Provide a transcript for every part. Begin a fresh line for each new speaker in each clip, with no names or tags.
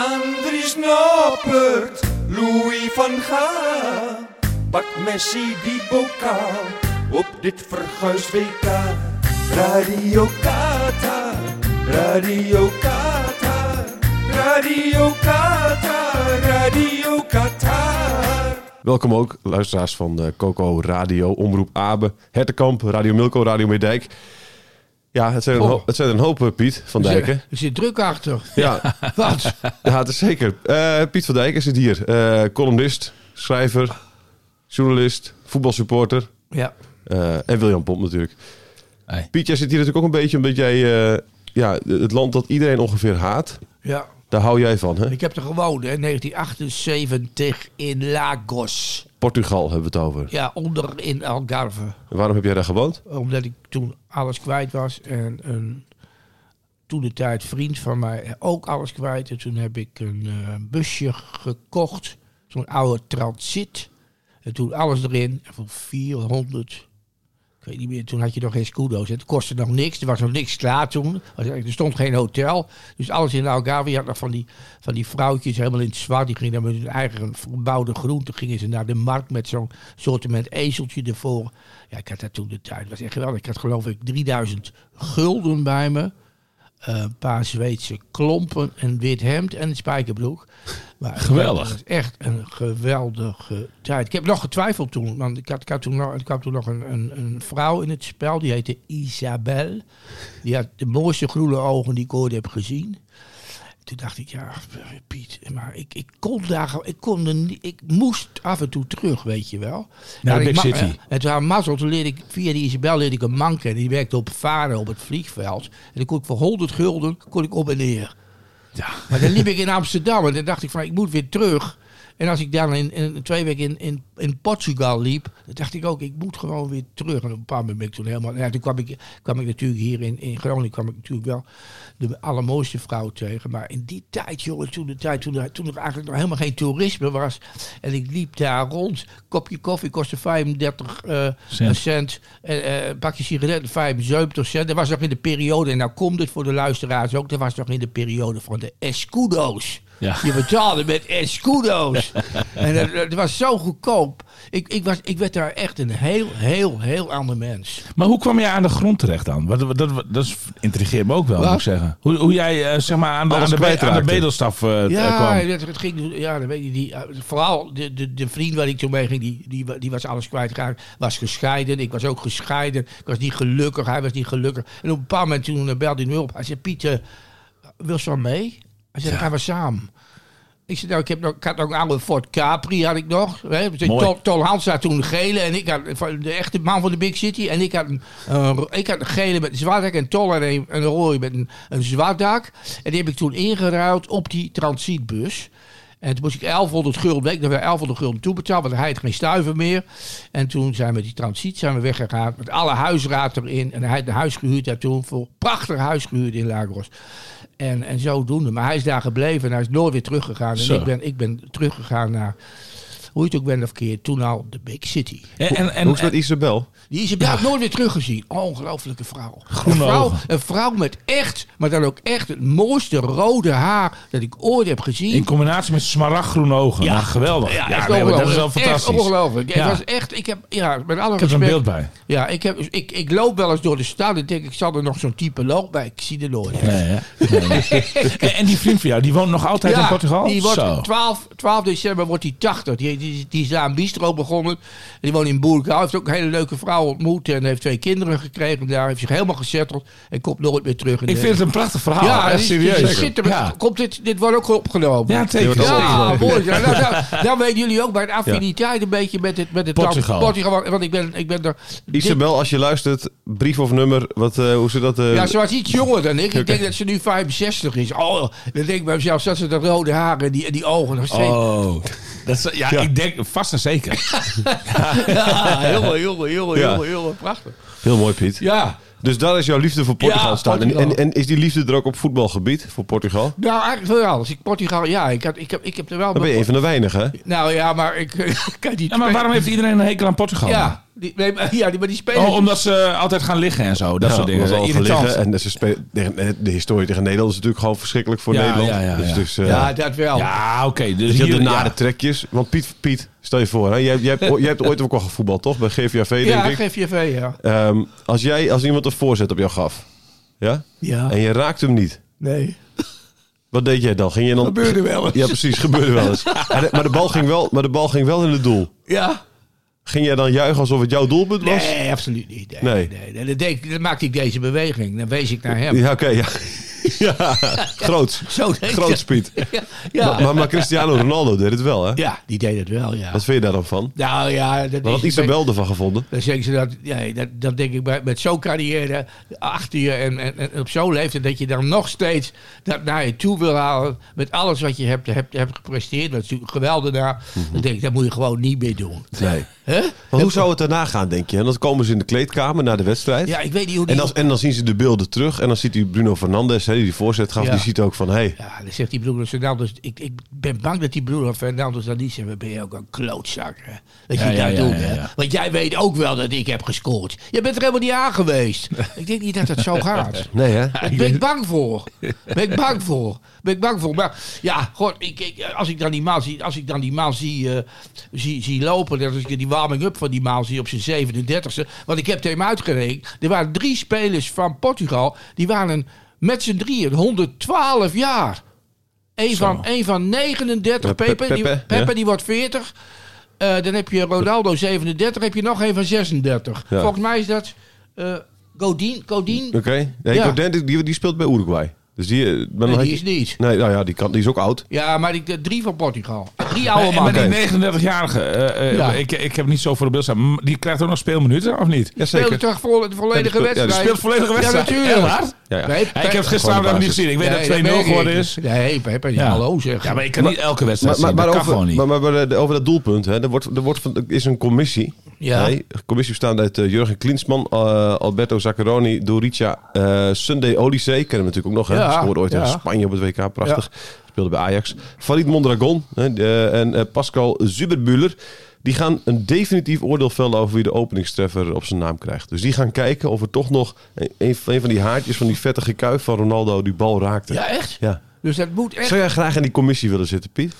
Andries Noppert, Louis van Gaal. Pak Messi die bokaal op dit verguis WK. Radio Qatar, Radio Qatar, Radio Qatar, Radio Qatar.
Welkom ook, luisteraars van eh, Coco Radio, Omroep Abe, Hertekamp, Radio Milko, Radio Meerdijk. Ja, het zijn, een,
Oh.
hoop, het zijn een hoop, eh, Piet van Dijken.
Er zit druk achter.
Ja,
Wat?
ja, het is zeker. Eh, Piet van Dijken zit hier. Eh, columnist, schrijver, journalist, voetbalsupporter
Ja.
eh, en William Pomp natuurlijk.
Hey.
Piet, jij zit hier natuurlijk ook een beetje omdat jij eh, ja, het land dat iedereen ongeveer haat,
ja.
daar hou jij van, hè?
Ik heb er gewoond, hè. 1978 in Lagos.
Portugal hebben we het over.
Ja, onder in Algarve.
En Waarom heb jij daar gewoond?
Omdat ik toen alles kwijt was. En een toen de tijd vriend van mij ook alles kwijt. En toen heb ik een eh, busje gekocht. Zo'n oude transit. En toen alles erin. En voor 400. Ik weet niet meer, toen had je nog geen scudo's. Het kostte nog niks. Er was nog niks klaar toen. Er stond geen hotel. Dus alles in de Algarve. Je had nog van die, van die vrouwtjes helemaal in het zwart. Die gingen dan met hun eigen verbouwde groenten. Gingen ze naar de markt met zo'n soortement ezeltje ervoor. Ja, ik had dat toen de tijd. Dat was echt geweldig. Ik had geloof ik 3000 gulden bij me. Eh, een paar Zweedse klompen, een wit hemd en een spijkerbroek. Maar
Geweldig.
Het was echt een geweldige tijd. Ik heb nog getwijfeld toen. Want ik had, ik had toen nog, er kwam toen nog een, een, een vrouw in het spel. Die heette Isabel. Die had de mooiste groene ogen die ik ooit heb gezien. Toen dacht ik, ja, Piet, maar ik, ik kon daar, ik kon er niet, ik moest af en toe terug, weet je wel.
Naar
En ik
Big
ma-
City.
En toen aan mazzel, toen leerde ik, via die Isabel leerde ik een man kennen. Die werkte op varen op het vliegveld. En dan kon ik voor 100 gulden, kon ik op en neer. Maar dan liep ik in Amsterdam en dan dacht ik van, ik moet weer terug. En als ik dan in, in twee weken in, in, in Portugal liep, dan dacht ik ook, ik moet gewoon weer terug. En op een bepaald moment ben ik toen helemaal... Ja, toen kwam ik, kwam ik natuurlijk hier in, in Groningen, kwam ik natuurlijk wel de allermooiste vrouw tegen. Maar in die tijd, jongen, toen, de tijd, toen, er, toen er eigenlijk nog helemaal geen toerisme was. En ik liep daar rond, kopje koffie kostte 35 eh,
Cent.
cent. En, eh, een pakje sigaretten, 75 cent. Dat was nog in de periode, en nou komt het voor de luisteraars ook, dat was nog in de periode van de escudo's.
Ja.
Je betaalde met escudo's. en dat, dat was zo goedkoop. Ik, ik, was, ik werd daar echt een heel, heel, heel ander mens.
Maar hoe kwam jij aan de grond terecht dan? Wat, wat- dat, dat is- intrigeert me ook wel,
Wat?
moet ik zeggen. Hoe, hoe jij eh, zeg maar aan de,
Alles
aan de, be-
kwijtraakte.
aan de bedelstaf eh, eh,
Ja,
kwam.
het, het ging, ja dan weet je, die, eh, vooral de, de, de vriend waar ik toen mee ging, die, die, wa- die was alles kwijtgeraakt. Was gescheiden, ik was ook gescheiden. Ik was niet gelukkig, hij was niet gelukkig. En op een bepaald moment toen eh, belde hij me op. Hij zei, Pieter, eh, wil je wel mee? Hij zei, dan gaan we samen. Ik zei, nou, ik, heb nog, ik had nog een oude Ford Capri, had ik nog. Hè? Dus
Mooi.
Tol, Tol Hans had toen een gele en ik had van de echte man van de Big City. En ik had een, eh, ro- ik had een gele met een zwart dak en Tol had een, een rode met een, een zwart dak. En die heb ik toen ingeruild op die transitbus. En toen moest ik 1100 gulden, ik dat we 1100 gulden toebetaald, want hij had geen stuiver meer. En toen zijn we met die transiet zijn we weggegaan, met alle huisraad erin. En hij had een huis gehuurd daar toen, voor prachtig huis gehuurd in Lagos. En, en zodoende. Maar hij is daar gebleven en hij is nooit weer teruggegaan. En
Zo.
ik ben, ik ben teruggegaan naar, hoe je het ook bent of keer, toen al de Big City.
En, en, en,
Hoe is het met Isabel?
Die is inderdaad nooit weer teruggezien. Ongelooflijke vrouw.
Groene
een, vrouw
ogen.
een vrouw met echt, maar dan ook echt het mooiste rode haar dat ik ooit heb gezien.
in combinatie met smaragdgroene ogen. Ja, geweldig. Ja,
Ja, echt
nee, maar dat
ongelooflijk.
is wel fantastisch.
Echt ongelooflijk.
Ja.
Het was echt, ik heb, ja, met alle
Ik heb er een
respect-
beeld bij.
Ja, ik, heb, ik, ik loop wel eens door de stad en denk ik, zal er nog zo'n type lopen, maar ik zie er nooit.
Nee, hè? Nee, nee. en, en die vriend van jou, die woont nog altijd in Portugal?
Die
Zo.
wordt 12, 12 december wordt hij 80. Die, die, die is aan Bistro begonnen. Die woont in Boerka. Heeft ook een hele leuke vrouw ontmoet. En heeft twee kinderen gekregen. Daar heeft zich helemaal gezetteld. En komt nooit meer terug. In
Ik
de-
vind het een prachtig verhaal.
ja,
echt
dit is- dit is
serieus.
schitterend.
Ja.
Komt dit, dit wordt ook opgenomen.
Ja,
Die
zeker.
wordt
Ja.
Ja, mooi. Ja, nou, nou, dan weten jullie ook bij de affiniteit een beetje met het, met het
Portugal.
land- Portugal. want- Want ik ben, ik ben er.
Isabel, als je luistert, brief of nummer, wat, eh, hoe zit dat? eh,
dit- ja, ze was iets jonger dan ik. Ik denk dat ze nu 65 is. Oh, dan denk ik bij mezelf, zat ze dat rode haar en die, en die ogen nog steeds.
Oh. Dat is, ja, ik denk vast en zeker.
Ja, jongen, jongen, jongen,
Ja.
jongen, jongen. Prachtig.
Heel mooi, Piet.
Ja.
Dus daar is jouw liefde voor Portugal
Ja,
staan. En-
Portugal.
En, en is die liefde er ook op voetbalgebied voor Portugal?
Nou, eigenlijk voor alles. Ik Portugal, ja, ik, had, ik, heb, ik heb er wel...
Dan ben je een van de weinigen. hè?
Nou ja, maar ik kan niet...
Ja, maar waarom heeft iedereen een hekel aan Portugal?
Ja, Die, nee, maar, ja, die, maar die spelers...
Oh, omdat ze eh, altijd gaan liggen en zo. Dat
Ja,
soort dingen.
omdat
Dat
we
is
al gaan
irritant.
liggen En ze spelen- tegen- eh, de historie tegen Nederland is natuurlijk gewoon verschrikkelijk voor
Ja,
Nederland.
ja, ja,
dus,
ja.
dus, eh,
ja, dat wel.
Ja, oké. dus
je
hier,
hebt de nare
ja.
trekjes. Want Piet, Piet, stel je voor, hè, jij, jij, hebt, jij hebt ooit ook al gevoetbald, toch? Bij GVAV,
ja,
denk ik.
GVV, ja.
Ehm, als, jij, als iemand een voorzet op jou gaf, ja?
Ja,
en je raakt hem niet,
nee.
wat deed jij dan? Ging je dan...
Gebeurde wel eens.
Ja, precies, gebeurde wel eens. En de- maar, de bal ging wel, maar de bal ging wel in het doel.
Ja.
Ging jij dan juichen alsof het jouw doelpunt was?
Nee, absoluut niet. Nee,
Nee.
nee. nee, Dan, deed ik- dan maakte ik deze beweging. Dan wees ik naar hem.
Ja, oké, ja. ja. Groots.
Zo deed ik
Groots,
dat.
Piet.
Ja, ja.
Maar, maar Cristiano Ronaldo deed het wel, hè?
ja, die deed het wel, ja.
Wat vind je daar dan van?
Nou ja, dat
Wat had
is...
Isabel ervan gevonden?
Dan zeggen ze dat, nee, dat, dat denk ik bij, met zo'n carrière achter je en, en, en op zo'n leeftijd dat je dan nog steeds dat naar je toe wil halen met alles wat je hebt, hebt, hebt gepresteerd. Dat is natuurlijk geweldig daar.
Mhm.
Dan denk ik, dat moet je gewoon niet meer doen.
Nee.
hè
Maar hoe zou het daarna gaan, denk je? En dan komen ze in de kleedkamer na de wedstrijd.
Ja, ik weet niet hoe die...
En, als, en dan zien ze de beelden terug. En dan ziet hij Bruno Fernandes, hè, die die voorzet gaf.
Ja.
Die ziet ook van, hé, hey,
Ja, dan zegt die broer Fernandes... Ik, ik ben bang dat die broer Fernandes dan niet zegt... "Wat Ben je ook een klootzak, hè? Dat
Ja,
je
ja,
dat
ja,
doet,
ja,
hè?
ja.
Want jij weet ook wel dat ik heb gescoord. Je bent er helemaal niet aan geweest. ik denk niet dat het zo gaat.
nee hè?
Daar ben ik bang voor. Ben ik bang voor. Ben ik bang voor. Maar ja, god, ik, ik, als ik dan die maal zie, als ik dan die maal zie, eh, zie, zie lopen, dat is die warming-up van die maal zie op zijn 37e. Want ik heb het hem uitgerekend. Er waren drie spelers van Portugal, die waren met z'n drieën 112 jaar. Eén van, één van 39,
Ja, Pe-
Pepe, die,
Pepe,
Pepe,
ja.
die wordt 40. Eh, dan heb je Ronaldo 37, heb je nog één van 36.
Ja.
Volgens mij is dat eh Godin, Godin
Oké. Nee,
Ja.
Godin, die- die, die speelt bij Uruguay. Dus die... eh, maar dan
Nee,
had
die
je-
is niet.
Nee, nou ja, die, kan, die is ook oud.
Ja, maar die, de drie van Portugal. Ah, Drie oude
En met
mannen.
Oké.
die 39-jarige, eh, eh,
Ja.
ik, ik heb niet zo voor de beeld staan. maar Die krijgt ook nog speelminuten, of niet?
Speelde toch voor
Ja,
de volledige
die speelt- ja, die
wedstrijd?
Speelt volledige wedstrijd.
Ja, natuurlijk.
Heel hard.
Ja, ja.
Nee,
Ja, ik heb het
Gewoon de
gisteravond nog niet
basis.
gezien. Ik weet
Nee,
dat 2-0
merk ik.
geworden is.
Nee, Pepe, ja.
Ja.
hallo zeg.
Ja, maar ik kan niet elke wedstrijd
Maar, maar,
zien.
maar,
Dat kan
over,
gewoon niet.
maar, maar, maar, eh, over dat doelpunt, hè, er, wordt, er, wordt van, er is een commissie.
Ja.
Nee, een commissie bestaat uit eh, Jurgen Klinsman, eh, Alberto Zaccheroni, Dorica, eh Sunday Olise. Kennen we natuurlijk ook nog. Hè?
Ja,
Scoorde ooit
ja.
tegen Spanje op het WK. Prachtig. Speelde bij Ajax. Farid Mondragon hè, de- en eh, Pascal Zuberbuller. Die gaan een definitief oordeel vellen over wie de openingstreffer op zijn naam krijgt. Dus die gaan kijken of er toch nog een, een van die haartjes van die vettige kuif van Ronaldo die bal raakte.
ja, echt?
Ja.
Dus dat moet echt.
Zou jij graag in die commissie willen zitten, Piet?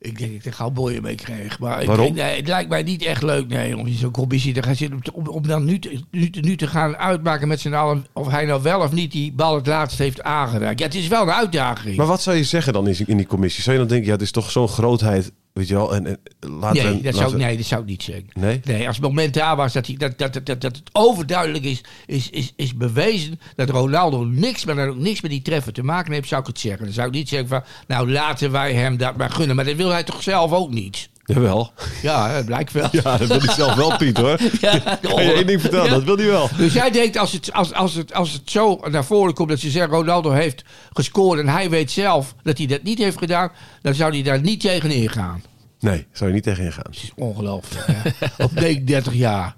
Ik denk dat ik er gauw boeien mee kreeg. Maar ik
Waarom?
denk, nee, het lijkt mij niet echt leuk nee, om in zo'n commissie te gaan zitten. Om, te- om, om dan nu te, nu, te- nu te gaan uitmaken met z'n allen of hij nou wel of niet die bal het laatst heeft aangeraakt. Ja, het is wel een uitdaging.
Maar wat zou je zeggen dan in die- in die commissie? Zou je dan denken, ja, het is toch zo'n grootheid, weet je wel? En, en laten we-
nee, dat zou,
laten
ik-
we-
nee, dat zou ik niet zeggen.
Nee?
als het moment daar was dat, hij, dat, dat, dat, dat, dat het overduidelijk is, is, is, is bewezen dat Ronaldo niks, maar dan ook niks met die treffer te maken heeft, zou ik het zeggen. Dan zou ik niet zeggen van, nou laten wij hem dat maar gunnen. Maar dat wil hij toch zelf ook niet?
Jawel.
Ja, dat blijkt wel.
Ja, dat wil ik zelf wel, Piet, hoor.
Ja,
Kan je één ding vertellen,
Ja.
dat wil hij wel.
Dus jij denkt als het, als, als, het, als het zo naar voren komt dat ze zeggen Ronaldo heeft gescoord en hij weet zelf dat hij dat niet heeft gedaan, dan zou hij daar niet tegen ingaan.
Nee, zou je niet tegen ingaan.
Het is ongelooflijk. hè. Op 39 jaar.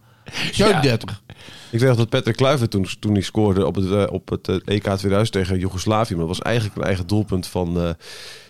37.
Ik weet nog dat Patrick Kluivert toen, toen hij scoorde op het, eh, op het eh, EK 2000 tegen Joegoslavië. Maar dat was eigenlijk een eigen doelpunt van eh,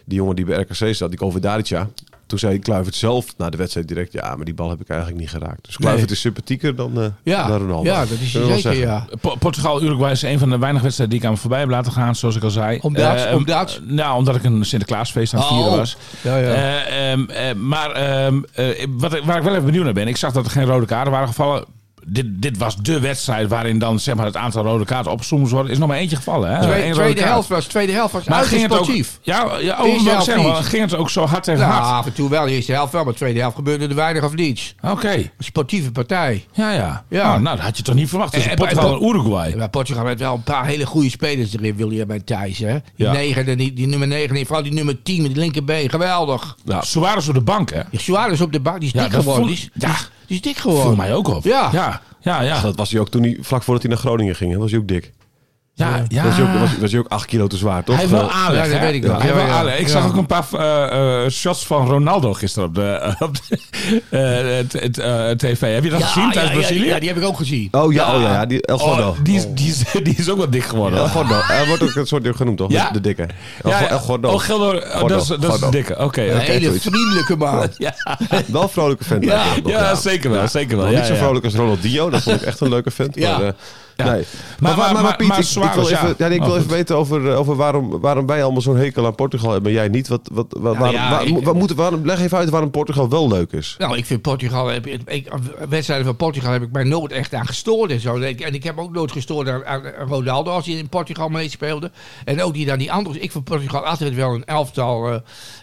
die jongen die bij RKC zat, die Covidarica. Toen zei Kluivert zelf na de wedstrijd direct, ja, maar die bal heb ik eigenlijk niet geraakt. Dus Kluivert
Nee.
is sympathieker dan, eh,
Ja,
dan Ronaldo.
ja, dat
Kunnen
is hij
we wel
zeker,
zeggen.
ja.
Po- Portugal-Uruguay is een van de weinige wedstrijden die ik aan me voorbij heb laten gaan, zoals ik al zei.
Omdat?
Eh,
Omdat?
eh, Nou, omdat ik een Sinterklaasfeest aan het
Oh.
vieren was.
Ja, ja.
Eh, ehm, eh, maar ehm, eh, wat, ik- waar ik wel even benieuwd naar ben, ik zag dat er geen rode kaarten waren gevallen. Dit, dit was de wedstrijd waarin dan zeg maar, het aantal rode kaarten opgezoomd wordt. Er is nog maar eentje gevallen. Hè? Eén
Twee,
rode
tweede,
kaart.
helft was, tweede helft was
Maar
uiterst
ging het ook,
sportief.
ja, ja,
Eerste
oh, maar
helft
zeg maar,
niet.
ging het ook zo hard tegen
Nou,
hard?
af en toe wel. De eerste helft wel, maar de tweede helft gebeurde er weinig of niets.
Oké,
Een sportieve partij.
ja, ja.
Ja.
Nou, nou, dat had je toch niet verwacht. Dus
Eh, eh,
Portugal
eh,
en Uruguay.
Maar Portugal heeft wel een paar hele goede spelers erin, William en Thijs. Hè? Die,
Ja.
negen, en die, die nummer 9 en vooral die nummer 10 met die linkerbeen. Geweldig.
Ja. Ze waren zo de bank, hè?
Die Suarez op de bank, die is
Ja,
dik
dat
geworden.
voel-
Die is,
ja.
die is- die is dik geworden.
Voor mij ook op.
Ja.
Ja, ja. ja.
Ah, Dat was hij ook toen hij, vlak voordat hij naar Groningen ging, hè, was hij ook dik.
Ja, ja.
Was, je ook, was, was je ook acht kilo te zwaar, toch?
Hij heeft wel
Eh,
aanleg,
Ja, dat
hè?
weet ik wel.
Hij heeft
Ja,
wel
ja.
aanleg. Ik
Ja.
zag ook een paar eh, eh, shots van Ronaldo gisteren op de, op de, eh, het- het, eh, tv. Heb je dat gezien tijdens
ja,
Brazilië?
Ja, die heb ik ook gezien.
Oh ja, oh ja, ja, die El Gordo.
Oh, die, is, die, is, die is ook wat dik geworden.
El Gordo. Hij wordt ook een soort genoemd, toch?
Ja.
De dikke. El,
Ja,
El Gordo.
Oh, Gelder, oh,
Gordo,
dat is, dat is
Gordo.
de dikke. Oké.
Een
oké.
hele
zoiets.
vriendelijke man.
Wel een vrolijke vent.
Ja.
lijkt me ook,
Ja, zeker wel, zeker wel.
Nog
Ja,
niet zo
ja.
vrolijk als Ronaldinho. Dat vond ik echt een leuke vent.
Ja.
Maar, eh,
Ja.
Nee.
maar- maar- maar
ik- ik, wil
Suarez,
even,
ja.
ja, nee, ik
Oh,
wil even
goed.
weten over, eh, over waarom, waarom wij allemaal zo'n hekel aan Portugal hebben en jij niet. Wat, wat, wat, waarom,
ja,
waar-
ik-
wat moet- waarom- leg even uit waarom Portugal wel leuk is.
Nou, ik vind Portugal... Heb, ik, wedstrijden van Portugal heb ik mij nooit echt aan gestoord. En, zo. En ik- en ik heb ook nooit gestoord aan, aan Ronaldo als hij in Portugal meespeelde. En ook niet aan die andere. Ik vind Portugal altijd wel een elftal... eh,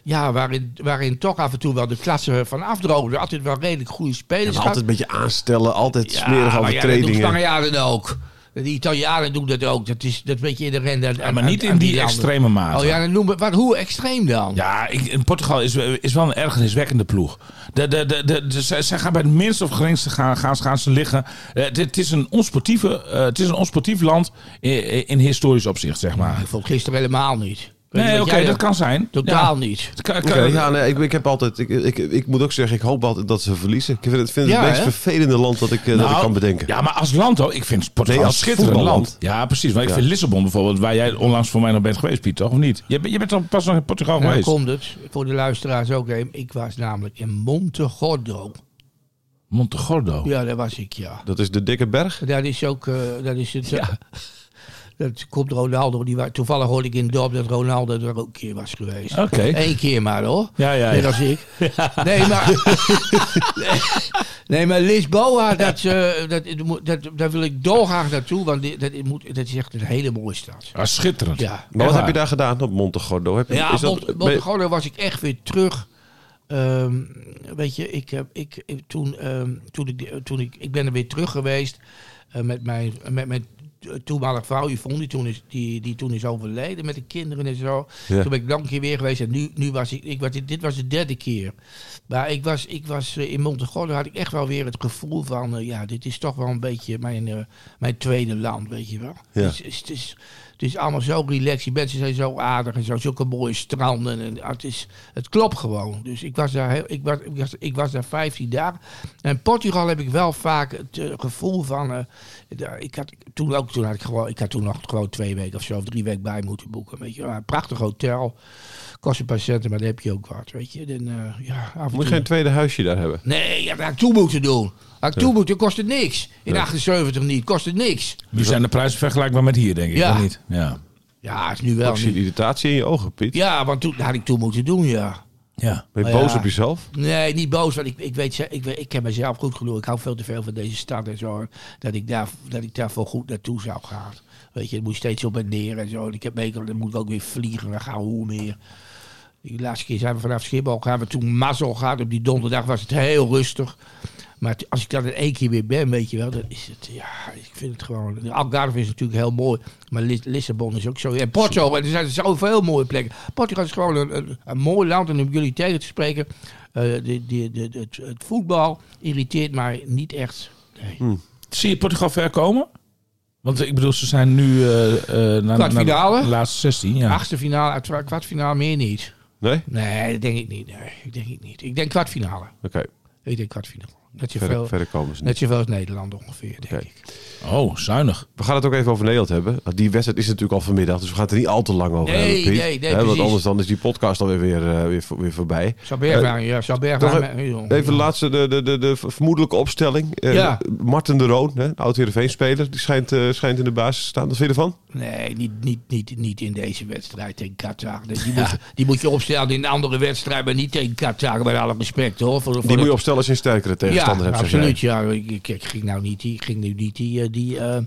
ja, waarin, waarin toch af en toe wel de klasse van afdroogde. Altijd wel redelijk goede spelers.
altijd
gehad.
een beetje aanstellen, altijd
Ja,
smerige
maar Ja, dat doen
overtredingen.
Spanjaarden ook. De Italianen doen dat ook. Dat is dat weet je in de rende.
Ja, maar niet in die extreme mate.
Oh ja, dan noem het, wat, hoe extreem dan?
Ja, ik, in Portugal is, is wel een ergerniswekkende ploeg. De, de, de, de, de- ze, ze gaan bij het minst of geringste gaan, gaan, gaan ze liggen. Eh, Het het is een onsportieve, eh, het is een onsportief land in, in historisch opzicht, zeg maar.
Ik vond het gisteren helemaal niet. Ik weet
Nee,
niet
oké,
wat jij
dat
denkt.
kan zijn.
Totaal
Ja.
niet.
Het kan-
Oké,
kan-
ja, nee, ik, ik heb altijd, ik, ik, ik moet ook zeggen, ik hoop altijd dat ze verliezen. Ik vind het, vind het,
Ja,
het meest
hè?
vervelende land dat ik, eh, dat
Nou,
ik kan bedenken.
Ja, maar als land ook. Ik vind Portugal
Nee,
een
als
schitterend
voetballand.
land. Ja, precies. Maar ik
Ja.
vind Lissabon bijvoorbeeld, waar jij onlangs voor mij nog bent geweest, Piet, toch? Of niet? Je, bent- je bent toch pas nog in Portugal
Nou,
geweest?
komt het. Voor de luisteraars ook even. Ik was namelijk in Montegordo.
Montegordo.
Ja, daar was ik, ja.
Dat is de dikke berg.
Dat is ook... eh, dat is het... eh, Dat komt Ronaldo. Die, wa- toevallig hoorde ik in het dorp dat Ronaldo er ook een keer was geweest.
Oké.
Eén keer maar hoor.
Ja, ja,
Net
ja.
als ik. Nee, maar. Nee, nee, maar Lisboa, dat, eh, dat, dat, daar wil ik dolgraag naartoe, want die- dat, moet, dat is echt een hele mooie stad.
Ah, schitterend.
Ja.
Maar
Echt
wat heb
waar.
je daar gedaan op Montegordo? Heb je,
Ja,
is dat-
Mont-
ben je-
Montegordo was ik echt weer terug. Ehm, weet je, ik, heb- ik, ik- toen, ehm, toen, ik, die- toen ik, ik ben er weer terug geweest eh, met mijn, met mijn toenmalige vrouw Yvonne, die toen, is, die, die toen is overleden met de kinderen en zo.
Ja.
Toen ben ik dan een keer weer geweest en nu, nu was ik, ik was, dit was de derde keer. Maar ik was, ik was eh, in Montegordo had ik echt wel weer het gevoel van, eh, ja, dit is toch wel een beetje mijn, eh, mijn tweede land, weet je wel. Dus
Ja.
Het, is, het, is, het is allemaal zo relaxed, die mensen zijn zo aardig en zo, zulke mooie stranden. En, ah, het, is, het klopt gewoon. Dus ik was, daar heel, ik, was, ik, was, ik was daar 15 dagen. En in Portugal heb ik wel vaak het eh, gevoel van, eh, daar- ik had toen ook, toen had ik gewoon, ik had toen nog gewoon twee weken of zo, of drie weken bij moeten boeken, weet je wel. Een prachtig hotel, kost een paar centen, maar daar heb je ook wat, weet je. En, eh, ja, af en
moet je
toe-
geen tweede huisje daar hebben?
Nee, je had ik toe moeten doen. Had ik toe moeten, kost het niks. In 78 niet, kost het niks.
Nu zijn de prijzen vergelijkbaar met hier, denk ik.
Ja.
Of niet? Ja.
Ja, is nu wel.
Ik zie
niet.
de irritatie in je ogen, Piet.
Ja, want toen had ik toe moeten doen, ja.
Ja.
Ben je
Maar
boos
ja.
op jezelf?
Nee, niet boos, want ik, ik weet, ze- ik, weet- ik ken mezelf goed genoeg. Ik hou veel te veel van deze stad en zo. Dat ik, daar, dat ik daarvoor goed naartoe zou gaan. Weet je, dan moet je steeds op en neer en zo. En ik heb meegekregen, dan moet ik ook weer vliegen. Dan gaan we hoe meer. De laatste keer zijn we vanaf Schiphol gaan we toen mazzel gehad. Op die donderdag was het heel rustig. Maar t- als ik dan in één keer weer ben, weet je wel, dan is het, ja, ik vind het gewoon... Algarve is natuurlijk heel mooi, maar Lis- Lissabon is ook zo... En Porto, en er zijn zoveel mooie plekken. Portugal is gewoon een, een, een mooi land, en om jullie tegen te spreken, eh, de, de, de, de- het, het voetbal irriteert mij niet echt. Nee.
Zie je Portugal ver komen? Want ik bedoel, ze zijn nu... eh eh na,
Kwartfinale?
na de laatste 16, ja.
Achtste finale, uiteraard kwartfinale, meer niet.
Nee?
Nee, dat denk ik niet. Nee, ik denk ik niet. Ik denk kwartfinale.
Oké,
Ik denk kwartfinale. Net
verder,
zoveel,
verder komen ze niet.
net zoveel als Nederland ongeveer, denk
Oké.
ik.
Oh, zuinig.
We gaan het ook even over Nederland hebben. Want die wedstrijd is natuurlijk al vanmiddag, dus we gaan het er niet al te lang over
Nee,
hebben, Piet.
nee, nee,
Hè, want
precies.
anders dan is die podcast alweer weer, eh, weer, voor- weer voorbij.
Saberwijn, ja, Saberwijn.
Nog
eh, joh.
even even de laatste, de, de, de, de vermoedelijke opstelling. Eh,
Ja.
Martin de Roon, hè, oud Heerenveen-speler, die schijnt, eh, schijnt in de basis te staan. Wat vind je ervan?
Nee, niet, niet, niet, niet in deze wedstrijd tegen Qatar. Nee, Die, moet, die moet je opstellen in een andere wedstrijd, maar niet tegen Qatar. Met alle respect hoor. Voor, voor
Die
de-
moet je opstellen als je een sterkere tegenstander
ja,
hebt. zeg
absoluut. Ja, ik, ik- ik ging nou niet die, ging nu niet die, eh, die, eh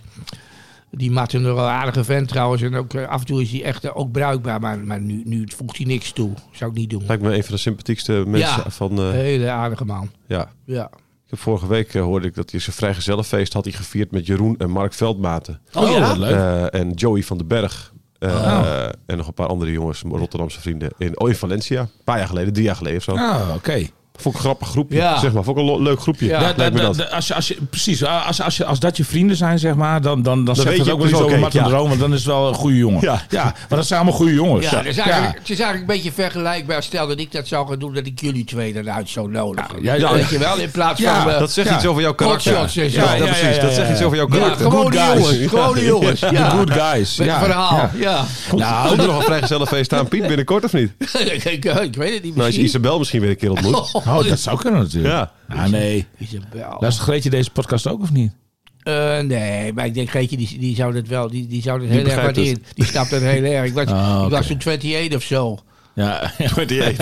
die Martin een aardige vent trouwens. En ook eh, af en toe is hij echt eh, ook bruikbaar, maar, maar nu, nu voegt hij niks toe. Zou ik niet doen.
jij. Lijkt me een van de sympathiekste mensen
Ja.
van... eh,
Hele aardige man.
ja.
Ja.
Ik heb vorige week eh, hoorde ik dat hij zijn vrijgezellenfeest had hij gevierd met Jeroen en Mark Veldmaten.
Oh, ja?
wat leuk.
Eh, en Joey van den Berg. Eh, En nog een paar andere jongens, Rotterdamse vrienden. In, oh, in Valencia. Een paar jaar geleden, drie jaar geleden of zo.
Ah, oké.
Vond ik een grappig groepje,
Ja.
zeg maar. Vond ik een lo- leuk groepje,
Ja.
Da- da-
lijkt me
da-
dat.
da- als je, als je, precies, a- als, als, je, als dat je vrienden zijn, zeg maar, dan, dan, dan, zegt
weet
het
je
ook wel iets
het is
over
oké,
Martin
ja.
de Roon, want dan is het wel een goede jongen.
Ja.
want dat zijn allemaal goede
Oh,
jongens.
Ja, dat is eigenlijk, het is eigenlijk een beetje vergelijkbaar. Stel dat ik dat zou gaan doen, dat ik jullie twee dan uit zou nodigen.
Ja, ja.
Weet je wel, in plaats
Ja,
van... eh,
Dat zegt
Ja.
iets over jouw karakter.
Hotshots en zo.
Ja,
Ja,
dat, precies.
ja,
dat
ja,
zegt iets
ja.
over jouw
ja,
karakter.
gewoon die
guys.
jongens. Gewoon die jongens. Ja.
The good guys.
Met
ja.
een verhaal, ja.
Nou, doe nog een vrijgezellenfeest aan Piet binnenkort of niet?
ik, ik- ik weet
Nou, als
het niet
je
misschien.
Isabel misschien weer een keer ontmoet.
Oh,
Oh, dat zou kunnen natuurlijk.
Ja.
Ah, nee.
Isabel.
Luister Greetje deze podcast ook of niet?
Eh, nee, maar ik denk Geetje, die, die zou dat wel, die, die zou dat heel erg
begrijpt het.
waarderen. Die snapt dat heel erg. Ik was,
Ah,
ik
oké.
was toen 28 of zo.
Ja.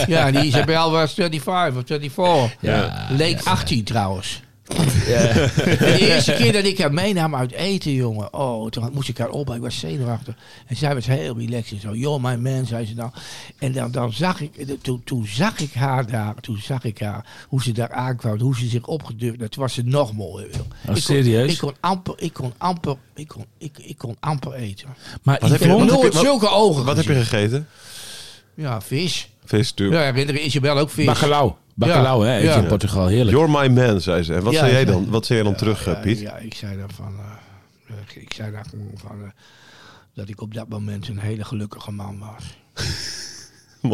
Ja, en die Isabel was 25 of 24.
Ja.
Leek 18 trouwens. De eerste keer dat ik haar meenam uit eten, jongen. Oh, toen moest ik haar op. Ik was zenuwachtig. En zij was heel relaxed en zo. Yo, my man, zei ze dan. En dan, dan zag ik, eh, toen, toen zag ik haar daar, toen zag ik haar, hoe ze daar aankwam, hoe ze zich opgedurfd had. Toen was ze nog mooier, joh.
Oh,
Ik kon-
serieus?
Ik kon amper, ik kon amper, ik kon, ik, ik kon amper eten.
Maar
heb
Ik
je-
heb
wat
Yvonne,
heb
nooit
wat-
zulke ogen
Wat heb je
gezien.
gegeten?
Ja, vis.
Vis, tuurlijk.
Ja, herinneren Isabel ook vis.
Bacalhau. Bacalhau,
Ja.
hè? Eet je
Ja.
in Portugal, heerlijk.
You're my man, zei ze. En wat
Ja,
zei jij
ja.
dan, wat zei jij dan terug,
Ja,
eh, Piet?
Ja, ik zei dan van. eh, ik- ik zei dan gewoon van. eh, dat ik op dat moment een hele gelukkige man was.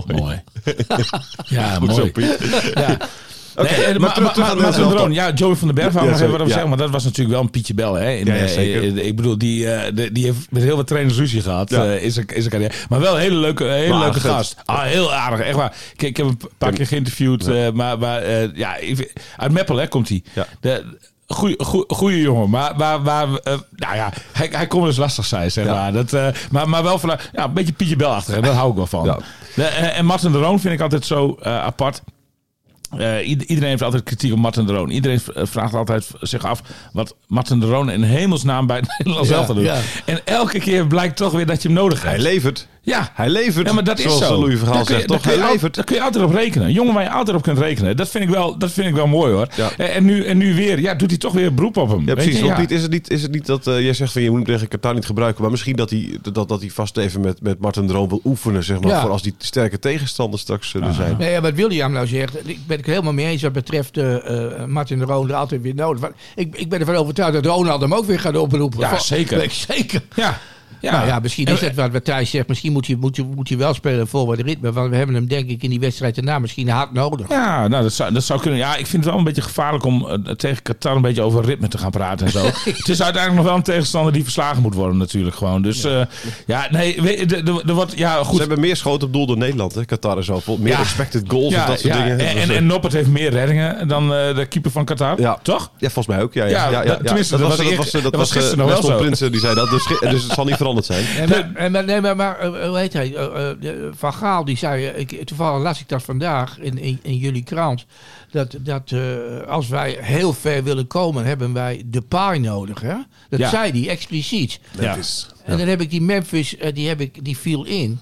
Mooi. ja,
Goed zo,
mooi.
Piet.
Ja.
Oké,
Nee,
eh, maar
maar,
terug- terug aan
maar- maar
Denzel
Droon,
dan.
ja, Joey van den Berg,
Ja,
wou
sorry,
nog even wat over
ja.
zeggen, maar dat was natuurlijk wel een Pietje Bel. Hè? In,
Ja, ja,
eh,
zeker.
eh, ik bedoel, die, eh, de- die heeft met heel wat trainers ruzie gehad
Ja.
eh, in zijn in zijn carrière. Maar wel een hele leuke, een hele
Maar
leuke
aardig
gast. Ah, heel aardig, echt waar. Ik, ik heb hem een paar keer geïnterviewd, eh, maar, maar eh, ja, ik vind- uit Meppel hè, komt hij.
Ja.
De- Goeie, goe- goeie jongen, maar, maar, maar eh, nou ja, hij, hij kon dus lastig zijn, zeg
Ja.
maar. Dat, eh, maar, maar wel vanuit, ja, een beetje Pietje Bel-achtig, en daar hou ik wel van.
Ja.
De- eh, en Martin de Roon vind ik altijd zo eh, apart. Eh, ied- iedereen heeft altijd kritiek op Martin de Roon. Iedereen v- eh, vraagt altijd v- zich af wat Martin de Roon in hemelsnaam bij het Nederlands
Ja,
elftal doet.
ja.
En elke keer blijkt toch weer dat je hem nodig
Hij
hebt.
levert.
ja.
Hij levert.
ja, maar dat is
Zoals
zo.
de Louis
Daar
verhaal
kun je-
zegt, toch?
daar kun
Hij
je al-
levert.
Daar kun je altijd op rekenen. Een jongen waar je altijd op kunt rekenen. Dat vind ik wel, dat vind ik wel mooi hoor.
Ja.
Eh, En, nu, en nu weer, ja, doet hij toch weer beroep op hem.
Ja,
Weet
precies.
je,
Want
ja.
Piet, is het niet, is het niet dat eh, jij zegt van je moet hem tegen Qatar niet gebruiken, maar misschien dat hij, dat, dat hij vast even met, met Martin Droom wil oefenen, zeg maar,
Ja.
voor als die sterke tegenstanders straks zullen zijn.
Nee, ja, wat William nou zegt, ik ben het helemaal mee eens wat betreft eh, eh, Martin de Roon er altijd weer nodig. Want Ik, ik ben ervan overtuigd dat Ronald hem ook weer gaat oproepen.
Ja,
Van-
zeker.
Ben ik zeker.
Ja. Ja.
Nou ja, misschien
En-
is dat wat Matthijs zegt. Misschien moet je, moet, je, moet je wel spelen voor wat ritme. Want we hebben hem denk ik in die wedstrijd daarna misschien hard nodig.
Ja, nou, dat zou, dat zou kunnen. Ja, ik vind het wel een beetje gevaarlijk om eh, tegen Qatar een beetje over ritme te gaan praten en zo. het is uiteindelijk nog wel een tegenstander die verslagen moet worden natuurlijk gewoon. Dus ja, ja nee, weet je, er- er- er wordt... Ja,
Ze
goed.
hebben meer schoten op doel dan Nederland, hè? Qatar is al vol. Meer
Ja.
expected goals
Ja,
en dat soort
ja,
dingen.
En,
Dus,
en,
eh,
en Noppert heeft meer reddingen dan eh, de keeper van Qatar.
Ja.
Toch?
ja, volgens mij ook. Ja,
Ja,
ja, ja, ja,
dat- tenminste, dat was
dat
eer-
was, eh,
dat
dat
was
was eh,
gisteren nog wel
Nestor
zo.
Prinsen die zei dat, dus, ge- dus het zal niet veranderd zijn.
En maar, en maar- nee, maar, maar eh, hoe heet hij? Eh, eh, de- van Gaal, die zei, eh, ik, toevallig las ik dat vandaag in, in, in jullie krant, dat, dat eh, als wij heel ver willen komen, hebben wij de paai nodig. Hè? Dat
Ja.
zei hij expliciet.
Ja.
En dan heb ik die Memphis, eh, die, heb ik, die viel in.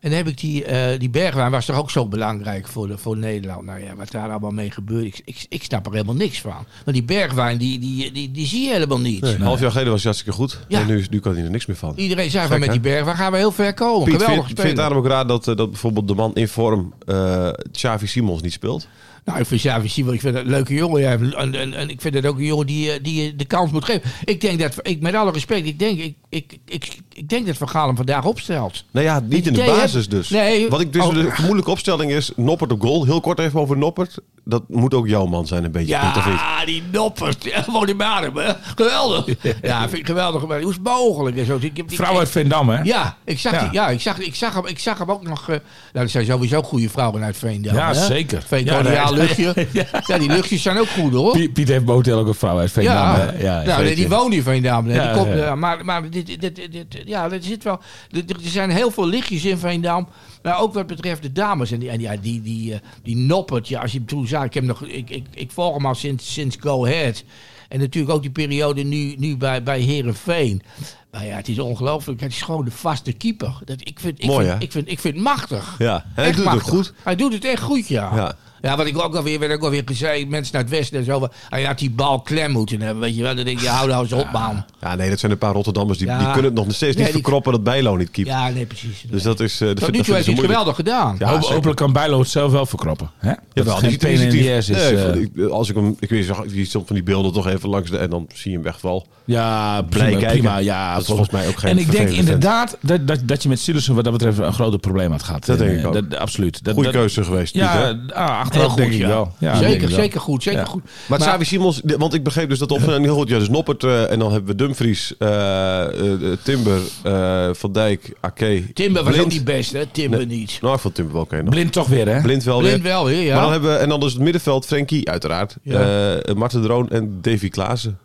En dan heb ik die, eh die Bergwijn, was toch ook zo belangrijk voor, de, voor Nederland. Nou ja, wat daar allemaal mee gebeurt, ik, ik, ik snap er helemaal niks van. Maar die Bergwijn, die, die, die, die zie je helemaal niet.
Een half jaar geleden was hij hartstikke goed.
Ja.
En nu, is- nu kan hij er niks meer van.
Iedereen zei van
Gek,
met
hè?
die Bergwijn gaan we heel ver komen.
Piet,
Geweldig
vind, vind je
speler.
daarom ook raar dat, eh, dat bijvoorbeeld de man in vorm eh Xavi Simons niet speelt?
Nou, ik vind Xavi Simons, ik vind dat een leuke jongen. Ja. En, en, en ik vind dat ook een jongen die, je- die je de kans moet geven. Ik denk dat, ik, met alle respect, ik denk, ik, ik, ik, ik denk dat Van Gaal hem vandaag opstelt.
Nou ja, niet in de
Nee, hè?
basis dus.
Nee.
Wat ik dus
Oh.
de moeilijke opstelling is, Noppert op goal. Heel kort even over Noppert. Dat moet ook jouw man zijn een beetje, Piet, of niet?
Ja, die noppers. Ja, Woon in Baden, hè? Geweldig. Ja, vind ik geweldig. Maar Hoe is het mogelijk? En zo. Ik, ik,
Vrouw uit Veendam, hè?
Ja, ik zag,
Ja.
Die, ja ik, zag, ik, zag hem, ik zag hem ook nog... eh, nou, er zijn sowieso goede vrouwen uit Veendam.
Ja,
hè?
zeker.
Veendam,
Ja,
ja,
nee.
luchtje. Ja, die luchtjes zijn ook goed, hoor.
Piet, Piet heeft momenteel ook een vrouw uit Veendam.
Ja,
hè? ja
nou, nee,
zeker.
die woont in Veendam. Nee,
Ja,
die komt,
ja.
eh, maar maar dit, dit, dit, dit- ja, er, zit wel, er er zijn heel veel lichtjes in Veendam. Maar ook wat betreft de dames. En die, en die, die, die, eh, die noppert, ja, als je hem toen zag, ik, heb nog, ik, ik, ik volg hem al sinds, sinds Go Ahead. En natuurlijk ook die periode nu, nu bij, bij Herenveen. Maar ja, het is ongelooflijk. Het is gewoon de vaste keeper. Dat, ik, vind, ik,
Mooi,
vind,
hè?
ik, vind, ik vind het machtig.
Ja, hij
Echt
doet het
machtig.
goed.
Hij doet het echt goed, ja.
Ja.
ja. Ja, wat ik ook alweer, werd ook alweer gezegd, mensen naar het westen en zo. Hij had die bal klem moeten hebben, weet je wel. Dan denk je, hou nou eens op, man.
Ja, nee, dat zijn een paar Rotterdammers. Die,
Ja.
die kunnen het nog steeds
Nee,
niet
die-
verkroppen dat Bijlo niet keept.
Ja, nee, precies.
Dus dat is... eh, dat vind- dat
Tot nu toe
vinden
heeft
ze
hij het
moeilijk.
geweldig gedaan.
Ja,
Hoop-
zeker.
hopelijk kan Bijlo het zelf wel verkroppen. Hè? Dat
Jawel,
het geen
die is
pijn in de
initiatief.
is. is
Nee,
eh,
ik vond- ik- Als ik hem... Ik weet je stond van die beelden toch even langs de... En dan zie je hem echt wel.
ja, prima.
Blij kijken.
prima, ja,
Dat is volgens mij ook geen
En ik denk
vervelende vent.
inderdaad dat, dat, dat je met Sillissen wat dat betreft een groter probleem had gehad.
Dat
En,
denk ik
eh,
ook.
dat- absoluut. Dat,
Goede
dat-
keuze geweest,
Ja,
Piet, hè?
ah, achteraf
Heel
denk
goed,
ik
ja.
wel. Ja, denk ik
zeker,
wel.
zeker goed, zeker
Ja.
goed.
Maar, Xavi Simons, de- want ik begreep dus dat op heel goed. Ja, dus Noppert eh, en dan hebben we Dumfries, eh, eh, Timber, eh, Van Dijk, Ake.
Timber was
Blind.
ook niet best, hè? Timber niet.
Nou, ik vond Timber wel oké. nog.
Blind toch weer, hè?
Blind wel
Blind
weer.
wel weer, ja.
Maar dan hebben we, en dan dus het middenveld, Frenkie uiteraard,
Ja.
eh, Marten Droon en Davy Klaassen.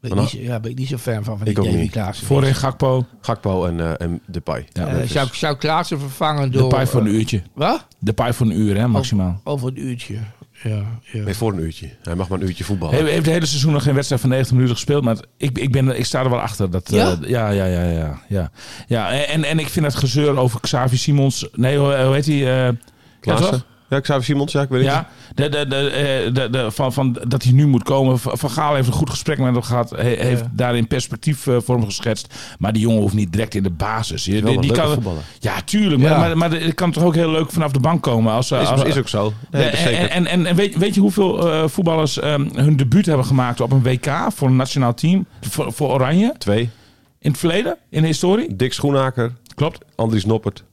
Ben ik niet, zo- ja, ben ik niet zo fan van, van die
Ik ook
Davy
niet.
Klaassen.
Voorin Gakpo.
Gakpo en, eh en Depay.
Ja,
Eh, zou, ik- zou ik Klaassen vervangen
de
door...
paai voor een
eh,
uurtje.
Wat?
De paai voor een uur, hè, maximaal.
Over een uurtje. Ja, ja.
Nee, voor een uurtje. Hij mag maar een uurtje voetballen.
Hij heeft het hele seizoen nog geen wedstrijd van 90 minuten gespeeld. Maar ik, ik, ben, ik sta er wel achter. Dat, eh,
Ja?
ja, ja, ja, ja, ja. ja en, en ik vind dat gezeur over Xavi Simons. Nee, hoe, hoe heet hij? eh, ja,
Klaassen.
toch?
Ja, Xavi Simons, ja, ik weet het niet.
Ja, de, de, de, eh, de, de- van, van, dat hij nu moet komen. Van van Gaal heeft een goed gesprek met hem gehad. Hij heeft daarin perspectief eh, voor hem geschetst. Maar die jongen hoeft niet direct in de basis. Die,
wel een leuke
kan,
voetballer.
ja, tuurlijk. maar-
Ja.
Maar, maar, het kan toch ook heel leuk vanaf de bank komen. Als, eh, als,
Is, is ook zo. Nee,
Ja,
zeker.
en, en, en, en weet, weet je hoeveel eh, voetballers ehm, hun debuut hebben gemaakt op een WK voor een nationaal team? Voor, voor Oranje?
Twee.
In het verleden? In de historie?
Dick Schoenaker,
Klopt.
Andries Noppert.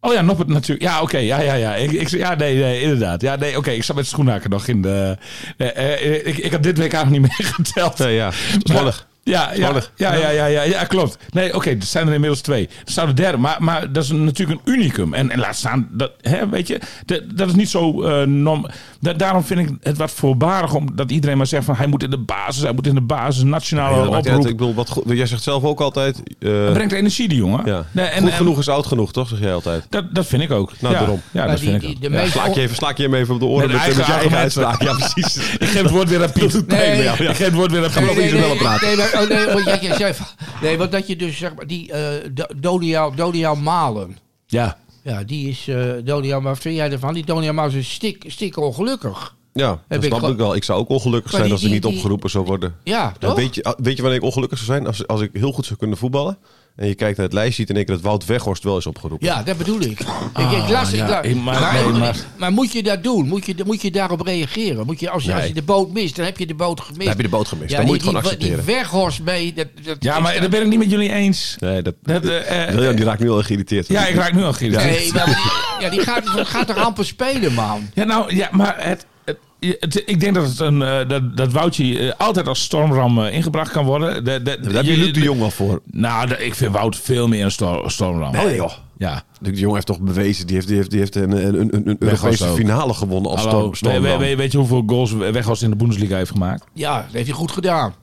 Oh ja, Noppert natuurlijk. Ja, oké. ja, ja, ja. Ik, ik, ja, nee, nee, inderdaad. Ja, nee, oké. ik zat met schoenhaken nog in de... Nee, eh, ik, ik had dit WK nog niet meegeteld.
Nee, ja. Toevallig.
Ja, ja,
Spannend.
ja, ja, ja, ja, ja, klopt. Nee, oké, er zijn er inmiddels twee. Er zou de derde, maar, maar dat is een- natuurlijk een unicum. En, en laat staan, dat, hè, weet je, dat, dat is niet zo eh, norm. Da- daarom vind ik het wat voorbarig om dat iedereen maar zegt van hij moet in de basis, hij moet in de basis,
Ja,
nationale
dat maakt niet uit.
oproep.
Ik bedoel, wat goed, jij zegt zelf ook altijd. eh,
Dat brengt energie, die jongen.
ja.
Nee, en,
goed
en
genoeg is oud genoeg, toch? Zeg jij altijd.
dat, dat vind ik ook.
Nou,
ja.
daarom.
Ja,
Maar
dat
die-
vind ik
die-
ook.
de
Ja,
meest
sla, ik je even, sla ik je hem even op de oren
Met
met,
eigen
met je eigen
argumenten.
uitspraak. Ja, precies.
Ik geef het woord weer aan Piet.
Nee,
ja.
Ik geef het woord weer aan Piet.
maar over Isabelle praten.
Nee, maar, oh, nee, want jij- jij zei van- nee, want dat je dus zeg maar die eh, Do- Dodiaal Dodiaal Malen.
Ja.
Ja, die is eh Dodiaal, maar wat vind jij ervan? Die Dodiaal Malen is stik, stik ongelukkig.
Ja, dat
ik
snap
gewoon-
ik wel. Ik zou ook ongelukkig
Maar
zijn
die-
als ik
die-
niet
die-
opgeroepen zou worden.
Ja,
Ja,
toch?
weet, je, ah, weet je wanneer ik ongelukkig zou zijn? Als, als ik heel goed zou kunnen voetballen. En je kijkt naar het lijstje en denk dat Wout Weghorst wel is opgeroepen.
Ja, dat bedoel ik. ik,
Ah,
ik las het
ja,
daar.
ik- maar-
maar,
nee, maar-
maar moet je dat doen? Moet je, moet je daarop reageren? Moet je, als, je, als
Nee.
je de boot mist, dan heb je de boot gemist.
Dan heb je de boot gemist.
Ja,
dan
die-
moet je het gewoon
die,
accepteren.
Die weghorst mee. Dat, dat
ja, maar daar ben ik niet met jullie eens.
nee, dat,
Dat, eh, eh,
William, die raakt nu al geïrriteerd.
Ja, ik raak nu al geïrriteerd.
Nee, maar die, ja, die gaat, gaat er amper spelen, man.
Ja, nou, ja, maar het, het- het- ik denk dat, het een, eh, dat, dat Woutje eh, altijd als stormram eh, ingebracht kan worden. De, de,
Daar heb je Luc de Jong al voor. Oh,
Nou, de- ik vind Wout veel meer een stor- stormram.
joh.
Ja.
Luc de Jong heeft toch bewezen. Die heeft, die heeft, die heeft een, een, een, een Europese
ook.
finale gewonnen als
Hallo,
storm, stormram.
we- we- we- weet je hoeveel goals Weghorst in de Bundesliga heeft gemaakt?
Ja, dat heeft hij goed gedaan.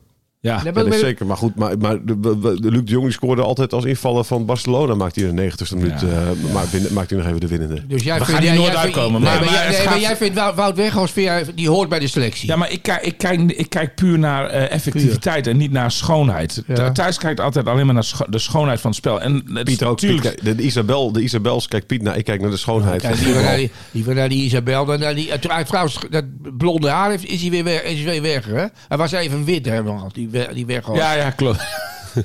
Ja.
Dat
Ja,
ben
nee,
ik-
zeker. Maar goed, maar, maar de, we- we- de Luc de Jong die scoorde altijd als invaller van Barcelona. Maakt hij in de 90ste minuut.
Ja.
eh, maar binnen- maakt hij nog even de winnende.
Dus jij
We
vindt,
gaan hier
jij-
nooit
jij vindt-
uitkomen,
nee,
maar- maar
jij,
het
nee, maar
gaat-
jij vindt Wout, Wout Weghorst, vind jij- die hoort bij de selectie.
Ja, maar ik kijk, ik kijk, ik kijk puur naar eh, effectiviteit en niet naar schoonheid.
Ja.
Thijs kijkt altijd alleen maar naar scho- de schoonheid van het spel. En het is
Piet ook. Piet,
natuurlijk-
kijkt- de, de, Isabel, de Isabels kijkt Piet naar. Ik kijk naar de schoonheid.
Kijk,
van
liever
voetbal.
naar die, liever naar die Isabel dan naar die... eh, trouw- Trouwens, dat blonde haar heeft, is hij weer weg, is weer weg hè? Hij was even wit, hè, man, die, we- die Weghorst.
Ja, ja, klopt.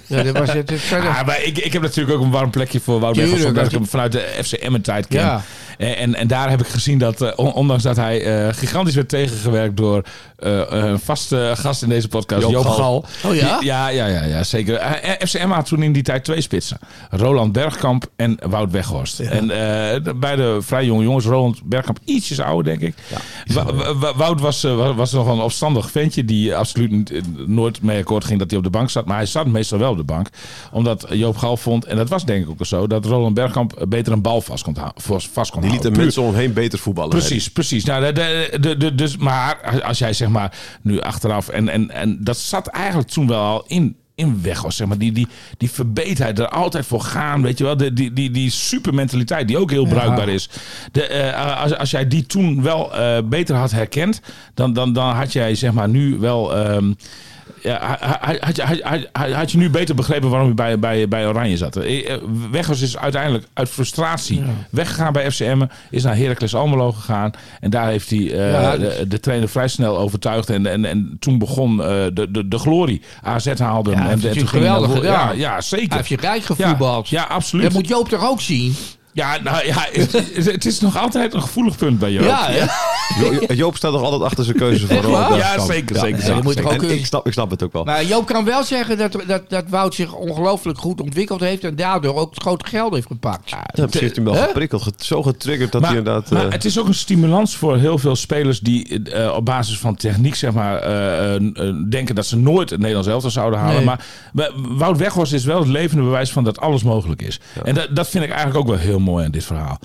Ja, dat was het. het verder-
Ah, maar ik, ik heb natuurlijk ook een warm plekje voor Wout
Tuurlijk,
Weghorst. Omdat
dat
ik hem vanuit de FC Emmen tijd ken.
Ja.
En, en, en daar heb ik gezien dat, eh, on- ondanks dat hij eh, gigantisch werd tegengewerkt door eh, een vaste gast in deze podcast,
Joop
Joop,
Gal.
Gal.
Oh ja?
Die- ja, ja, ja, ja, zeker. Eh, eh, FC Emmen had toen in die tijd twee spitsen. Roland Bergkamp en Wout Weghorst. En eh, de- beide vrij jonge jongens. Roland Bergkamp ietsjes ouder, denk ik. Wa- wa- wa- Wout was, eh, wa- was nog wel een opstandig ventje die absoluut niet- eh, nooit mee akkoord ging dat hij op de bank zat. Maar hij zat meestal wel op de bank. Omdat Joop Gal vond, en dat was denk ik ook zo, dat Roland Bergkamp beter een bal vast kon, hou- vast kon houden.
Die liet de
Puur-
mensen om hem heen beter voetballen.
Precies, precies. Nou, de, de, de- de- dus, maar als jij zeg maar nu achteraf. En, en, en dat zat eigenlijk toen wel al in, in weg. was, Zeg maar, die, die, die verbeterheid, er altijd voor gaan. Weet je wel, de, die, die, die supermentaliteit die ook heel bruikbaar is. De, eh, als, als jij die toen wel eh, beter had herkend, dan, dan, dan had jij zeg maar nu wel. ehm, Ja, ha- ha- had, je, had, je- had je- had je nu beter begrepen waarom je bij, bij, bij Oranje zat? Eh, eh, Weghorst is uiteindelijk uit frustratie weggegaan bij FCM. Is naar Heracles Almelo gegaan. En daar heeft hij eh,
Ja, dus- dat-
de, de trainer vrij snel overtuigd. En, en, en toen begon eh, de, de, de glorie. AZ haalde hem.
Ja, hij
en,
heeft
en toen
natuurlijk geweldig
hij naar- ja,
gedaan.
ja, zeker.
Hij heeft je rijk
ja,
gevoetbald.
ja, absoluut.
Dat moet Joop toch ook zien?
Ja, nou ja, het, het is nog altijd een gevoelig punt bij jou.
Ja, hè?
Jo- Joop staat nog altijd achter zijn keuze voor
Echt
Ronald
waar?
Duitskamp.
Ja, zeker, zeker,
zeker. Je moet er ook
En
een-
ik, snap, ik snap het ook wel.
Maar Joop kan wel zeggen dat, dat, dat Wout zich ongelooflijk goed ontwikkeld heeft en daardoor ook het grote geld heeft gepakt.
Ja, op zich heeft hij hem wel
Hè?
geprikkeld. get- Zo getriggerd dat
Maar,
hij inderdaad...
maar
eh,
het is ook een stimulans voor heel veel spelers die eh, op basis van techniek zeg maar, eh, eh, eh, denken dat ze nooit het Nederlands elftal zouden halen.
Nee.
Maar we- Wout Weghorst is wel het levende bewijs van dat alles mogelijk is. En dat, dat vind ik eigenlijk ook wel heel mooi aan dit verhaal.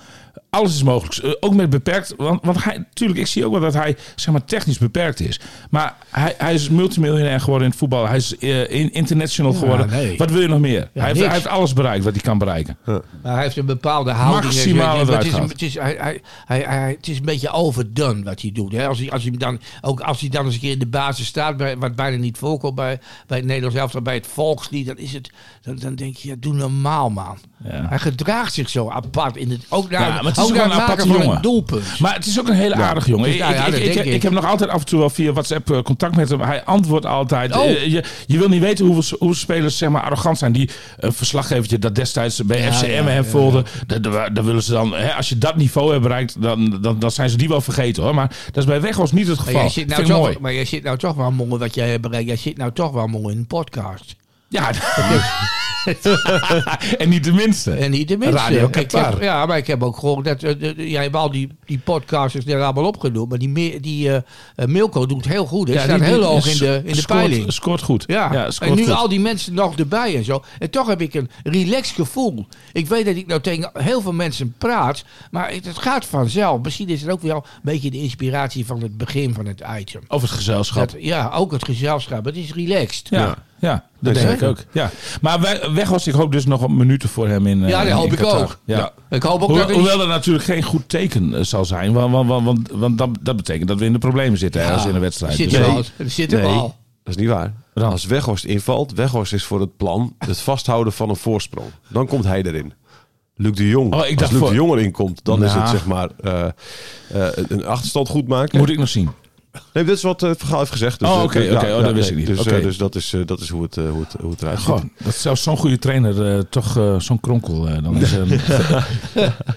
Alles is mogelijk. Eh, Ook met beperkt. Want, want hij, natuurlijk, ik zie ook wel dat hij zeg maar, technisch beperkt is. Maar hij, hij is multimiljonair geworden in het voetbal. Hij is eh, in- international geworden.
nee.
Wat wil je nog meer? hij, heeft,
niks.
hij heeft alles bereikt wat hij kan bereiken.
Maar hij heeft een bepaalde houding.
Maximaal
Maar
eruit
het, is,
gehaald.
het, is, hij, hij, hij, hij- het is een beetje overdone wat hij doet. Hè? Als hij, als hij hem dan, ook als hij dan eens een keer in de basis staat, bij, wat bijna niet voorkomt bij, bij het Nederlands elftal, bij het volkslied, dan, is het, dan, dan denk je, ja, doe normaal man.
Ja.
Hij gedraagt zich zo apart. In het, ook naar,
Ja, maar het is
ook
ook
naar
een
het maken
aparte
van
jongen.
een doelpunt.
Maar het is ook een hele aardige jongen.
Dus, nou
ik,
ja,
ik,
dat
ik,
denk
ik
ik.
heb nog altijd af en toe wel via WhatsApp eh, contact met hem. Hij antwoordt altijd.
Oh.
Eh, Je, je wil niet weten hoeveel, hoeveel spelers zeg maar, arrogant zijn. Die een verslaggevertje dat destijds bij
Ja,
FCM
ja,
hem
ja,
volgde. da- da- Daar willen ze dan, hè, als je dat niveau hebt bereikt, dan, dan, dan zijn ze die wel vergeten hoor. Maar dat is bij Weghorst niet het
Maar
geval.
jij, zit nou
Vind ik mooi.
toch, maar jij zit nou toch wel mooi wat jij hebt bereikt. Jij zit nou toch wel mooi in een podcast.
Ja, en niet de minste.
En niet de minste.
Radio
ik
Qatar.
heb, ja, maar ik heb ook gehoord dat... eh, de- de- jij hebt al die, die podcasters er allemaal opgenoemd. Maar die, me- die eh, eh, Milko doet heel goed. Hij staat
die- die-
heel hoog in
sc-
de, in de
scoort-
peiling.
Scoort goed.
Ja,
scoort
en nu
goed.
al die mensen nog erbij en zo. En toch heb ik een relaxed gevoel. Ik weet dat ik nou tegen heel veel mensen praat, maar het, het gaat vanzelf. Misschien is het ook wel een beetje de inspiratie van het begin van het item.
Over het gezelschap.
Dat, ja, ook het gezelschap. Het is relaxed.
Ja, ja. dat
denk
denk ik
ik.
ook. Ja. Maar we- weg was ik hoop dus nog wat minuten voor hem in eh,
Ja, dat
in
hoop ik
Qatar.
ook.
Ja.
Ik hoop ook
Hoewel,
dat...
hoewel dat natuurlijk geen goed teken eh, zal zijn. Want, want, want, want, want dat, dat betekent dat we in de problemen zitten hè, als in een wedstrijd.
Zit
Dus-
er
Nee.
al. Er Zit er
nee,
al.
dat is niet waar.
Dan.
Als Weghorst invalt, Weghorst is voor het plan het vasthouden van een voorsprong. Dan komt hij erin. Luc de Jong.
Oh, ik
Als
dacht
Luc
voor-
de Jong erin komt, dan is
Ja.
het zeg maar eh, eh, een achterstand goed maken.
Moet ik nog zien.
Nee, dit is wat eh, Vergaal heeft gezegd. Dus,
Oh,
eh,
oké,
dus-
oké. Oh, dat wist
nee,
ik niet.
Dus, eh,
Oké.
dus dat is, eh, dat is hoe, het, eh, hoe, het, hoe het eruit ziet.
Gewoon, dat zelfs zo'n goede trainer eh, toch eh, zo'n kronkel eh, dan is. eh,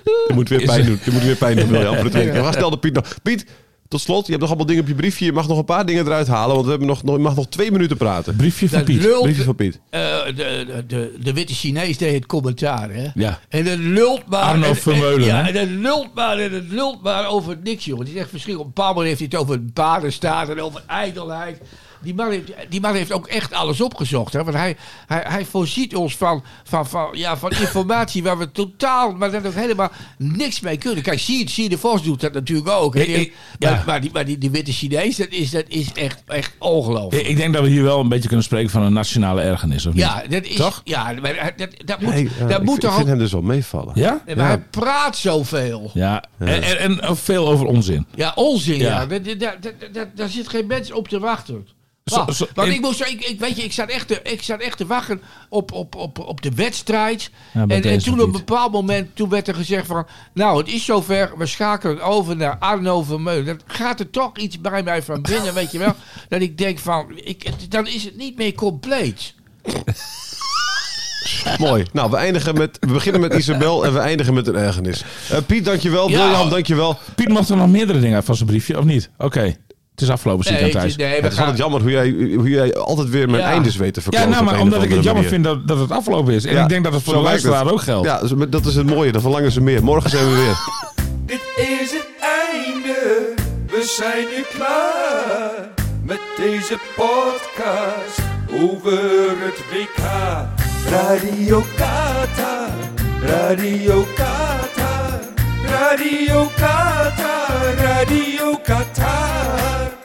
Je moet weer
Is-
pijn doen. Je moet weer pijn doen, William. Voor de tweede keer. Maar snel de Piet nog. Piet, tot slot. Je hebt nog allemaal dingen op je briefje. Je mag nog een paar dingen eruit halen. Want we hebben nog, nog, je mag nog twee minuten praten.
briefje van
Dat
Piet.
lult.
Briefje van Piet.
eh, de, de, de, de witte Chinees deed het commentaar, hè?
Ja.
En dat lult maar.
Arno
en- en-
Vermeulen,
Ja,
hè?
en dat lult maar en dat lult maar over niks, joh. Het is echt verschrikkelijk. Op een bepaald moment heeft hij het over badenstaat en over ijdelheid. Die man, heeft, die man heeft ook echt alles opgezocht, hè? Want hij, hij, hij voorziet ons van, van, van, ja, van informatie waar we totaal, maar dat ook helemaal niks mee kunnen. Kijk, Sien, Sien de Vos doet dat natuurlijk ook. hè?
Ik- ik-
maar,
ja.
maar die, maar die, die witte Chinees, dat is, dat is echt, echt ongelooflijk.
Ik, ik denk dat we hier wel een beetje kunnen spreken van een nationale ergernis, of niet?
Ja, dat is.
Toch?
Ja, maar eh, dat, dat moet,
Hey, ja,
dat
ik
moet
vind- ik
toch
vind
ook.
hem dus wel meevallen.
Ja?
Nee, maar hij praat zoveel. Ja,
Ja. En, en, en veel over onzin.
onzin.
Ja.
Ja. Dat- dat- dat- dat- dat- daar zit geen mens op te wachten.
Zo-
Wacht,
zo-
want
in-
ik moest, ik, ik, weet je, ik zat echt te, ik zat echt te wachten op, op, op, op de wedstrijd.
Ja,
en,
bij
en
deze
toen
niet.
op een bepaald moment toen werd er gezegd van... Nou, het is zover. We schakelen over naar Arno Vermeulen. Dan gaat er toch iets bij mij van binnen, weet je wel. Dat ik denk van... Ik, het- dan is het niet meer compleet.
Mooi. Nou, we, eindigen met, we beginnen met Isabel en we eindigen met een ergernis. Eh, Piet, dankjewel.
Ja.
William, dankjewel.
Piet mocht er nog meerdere dingen uit van zijn briefje, of niet? Oké. Het is afgelopen, zie ik aan
het
thuis.
is- nee,
Het
we
is altijd
gaan,
jammer hoe jij, hoe jij altijd weer mijn
Ja.
eindes weet te
Ja,
verkopen.
nou,
op
maar
een
omdat
of
ik het
andere
jammer
manier.
vind dat, dat het afgelopen is. En
Ja,
ik denk dat het voor
zo
de
werkt het.
luisteraar ook geldt.
Ja, zo- dat is het mooie. Dan verlangen ze meer. Morgen zijn we weer.
Dit is het einde, we zijn nu klaar met deze podcast over het WK. Radio Qatar, Radio Qatar, Radio Qatar, Radio Qatar.